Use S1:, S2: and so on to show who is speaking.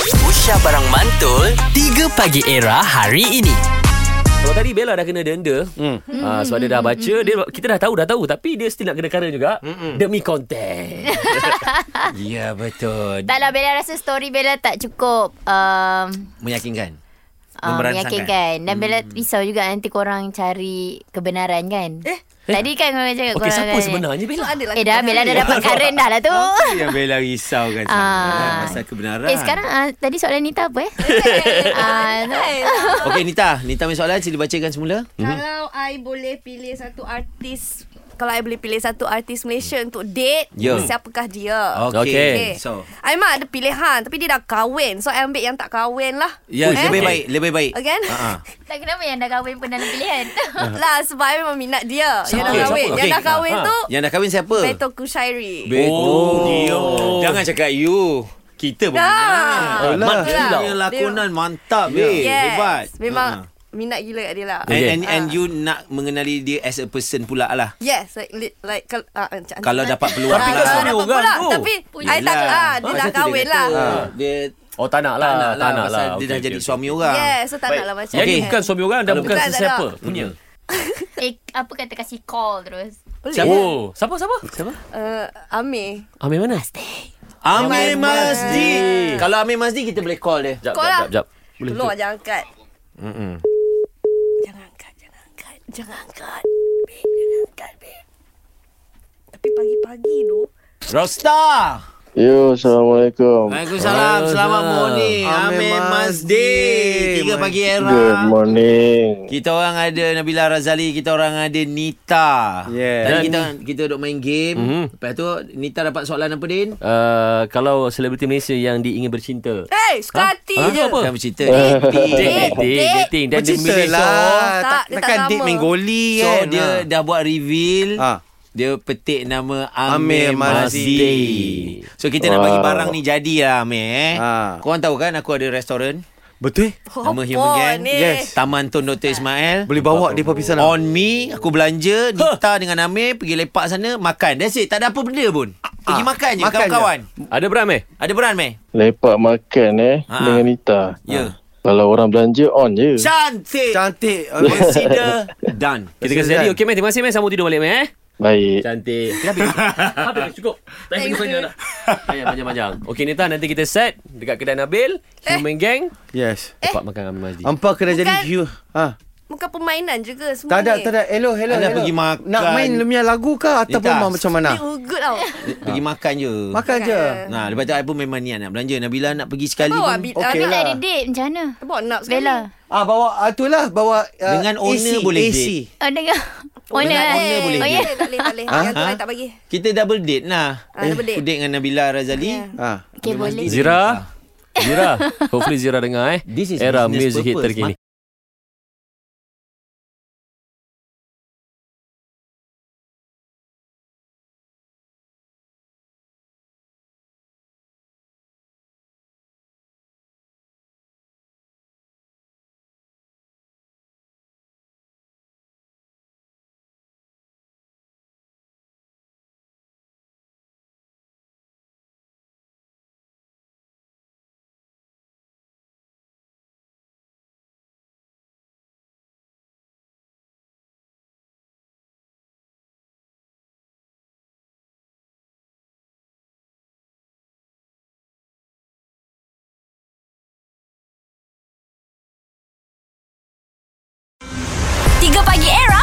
S1: Aisyah Barang Mantul 3 Pagi Era hari ini
S2: Sebab tadi Bella dah kena denda. Hmm. Uh, sebab dia dah baca, dia kita dah tahu dah tahu tapi dia still nak kena kara juga Mm-mm. demi konten.
S3: Ya betul
S4: Tak lah Bella rasa story Bella tak cukup um,
S3: Meyakinkan
S4: um,
S3: Memberangsangkan.
S4: Meyakinkan Dan Bella risau juga Nanti korang cari kebenaran kan Eh Tadi kan korang cakap
S2: Okey,
S4: korang
S2: siapa
S4: kan-
S2: sebenarnya Bella?
S4: Eh dah Bella dah dapat current dah lah tu
S3: Itu yang Bella risaukan
S4: Ah.
S3: sangat kan, Pasal kebenaran
S4: Eh sekarang ah, Tadi soalan Nita apa eh Ah,
S3: Okey Nita Nita punya soalan Sila bacakan semula
S5: Kalau I boleh pilih satu artis kalau I boleh pilih satu artis Malaysia untuk date,
S3: Ya.
S5: siapakah dia?
S2: Okey.
S5: Okay.
S3: So
S5: I memang ada pilihan tapi dia dah kahwin. So I ambil yang tak kahwin lah.
S3: Ya
S5: Eh?
S3: lebih baik Lebih baik
S5: Again?
S3: Ah, ah.
S4: Tak kenapa yang dah kahwin pun dalam pilihan
S5: lah sebab I memang minat dia. Yang dah
S2: Siapa?
S5: kahwin.
S3: Siapa?
S5: Yang
S3: Okay. Ya.
S5: dah kahwin
S2: Ha, ha.
S5: tu
S3: Yang dah kahwin siapa?
S5: Beto Kushairi.
S3: Betul
S2: Oh.
S3: dia. Jangan cakap you Kita pun
S5: Dah.
S3: minat.
S2: Alah.
S3: Mat dia
S5: Alah.
S3: punya lakonan Mantap yeah.
S5: Yes.
S3: eh, Hebat Eh.
S5: Memang
S3: Ah.
S5: minat gila kat dia lah.
S3: And,
S2: Okay.
S3: and, and you nak mengenali dia as a person pula lah
S5: Yes, like, li- like kal- ah, macam-
S3: Kalau dapat peluang Oh, lah.
S5: Ah, kalau
S2: Tapi kan
S5: dapat
S2: semua orang
S5: peluang.
S2: tu.
S5: Tapi I tak ah, dia dah kahwin lah.
S3: Ah, Dia
S2: Oh tak
S3: tak
S2: nak lah,
S3: nak lah Pasal dia
S2: Okey,
S3: dah
S2: okey,
S3: jadi
S2: okey.
S3: suami orang
S5: Yes, so tak
S2: Baik.
S5: nak lah macam
S2: Yang ni
S3: Okey.
S2: bukan suami orang dan
S3: Kalau
S2: bukan
S5: bukan, tak
S2: sesiapa
S5: nak.
S2: punya.
S4: Eh apa kata kasih call terus
S2: Oh, siapa siapa? Siapa?
S5: Uh, Amir
S2: Amir mana?
S3: Amir
S5: Amir
S3: Masdi.
S2: Masdi.
S3: Kalau Amir Masdi kita boleh call dia.
S2: Jap,
S5: Call
S2: jap,
S5: lah.
S2: jap, jap. Boleh.
S5: Tolong jangan angkat
S3: Mm-mm.
S5: Jangan angkat Jangan angkat Jangan angkat Babe Jangan angkat babe Tapi pagi-pagi tu
S3: Rosta.
S6: Yo, Assalamualaikum.
S3: Waalaikumsalam. Selamat morning. Amir Masdi. Tiga pagi
S6: Good
S3: era.
S6: morning.
S3: Kita orang ada Nabila Razali, kita orang ada Nita.
S7: Yeah.
S3: Tadi kita kita duk main game. Lepas tu Nita dapat soalan Mhm. apa Din?
S2: Uh, kalau selebriti Malaysia yang diingin bercinta.
S5: Hey suka hati
S2: Ha?
S5: je
S2: Apa?
S3: Bukan bercerita. Dating.
S2: Dating, dating dan dia
S7: Bercerita
S2: memilih
S7: lah
S2: seorang.
S5: Tak, dia tak
S7: Takkan date
S5: sama.
S7: Mengoli
S3: So
S7: kan
S3: dia
S7: Ha.
S3: dah buat reveal.
S7: Ha.
S3: Dia petik nama Amir,
S7: Amir
S3: Masdi.
S7: Masdi.
S3: So kita nak bagi
S6: Wow.
S3: barang ni jadi lah Amir eh.
S7: Ha.
S3: Korang tahu kan aku ada restoran.
S7: Betul eh
S3: Nama
S5: Apa
S3: Human Gang.
S5: ni?
S7: Yes.
S3: Taman Tun Dr. Ismail.
S7: Boleh bawa dia lah. pergi sana
S3: On me Aku belanja Nita dengan Amir Pergi lepak sana Makan That's it Tak ada apa benda pun Pergi
S7: Ah,
S3: makan je
S7: makan
S3: Kawan-kawan
S2: Ada Bram eh?
S3: Ada beran meh
S6: Lepak makan eh
S3: Ha.
S6: dengan Nita.
S3: Ya.
S6: Kalau orang belanja on je.
S3: Cantik
S7: Cantik
S3: Consider Done
S2: Kita kena jadi. Okey, Meh. Terima kasih, Meh. Sambut tidur balik, Meh. eh?
S6: Baik.
S2: Cantik. Dah habis. habis cukup. Tak payah
S5: Thank
S2: sangat
S5: you.
S2: nak. Ayah Ya, panjang-panjang. Okey Nita nanti kita set dekat kedai Nabil,
S5: Eh.
S2: Human Gang,
S7: Yes
S2: tempat makan Amir Masdi.
S7: Hampa kena jadi
S5: Bukan.
S7: hiu ha.
S5: Bukan permainan juga semua
S7: Tak ada,
S5: ni.
S7: tak ada. Hello, hello,
S3: Ada
S7: hello.
S3: pergi makan.
S7: Nak main lemia lagu ke ataupun
S3: tak.
S7: ma- macam mana?
S5: Dia ugut tau
S3: Pergi makan je
S7: Makan
S5: Makan.
S7: je.
S3: Nah, lepas tu I pun memang niat nak belanja Nabila nak pergi sekali
S5: Bawa
S3: pun
S5: bi-
S7: Okey
S5: Amir
S4: Tapi tak
S7: lah.
S4: ada date macam mana
S5: Bawa nak sekali
S4: Bella
S7: Ah bawa ah, tu lah bawa ah,
S3: Dengan owner
S7: AC,
S3: boleh
S7: AC.
S3: date.
S4: Oh dengar Oh,
S3: Dengan
S4: dengar.
S3: owner boleh
S4: Oh,
S5: Tak
S4: ya?
S5: boleh, Tak boleh, tak boleh
S7: Ha?
S5: Yang tu
S3: Ha?
S5: I tak bagi
S3: Kita double date lah
S5: Ah, double date.
S3: Aku date dengan Nabila Razali
S5: Ya.
S7: Ha.
S4: Okay boleh
S2: Zira. Zira. Hopefully Zira dengar eh.
S3: This is
S2: Era
S3: business
S2: music hit
S3: purpose.
S2: terkini.
S8: Tiga Pagi Era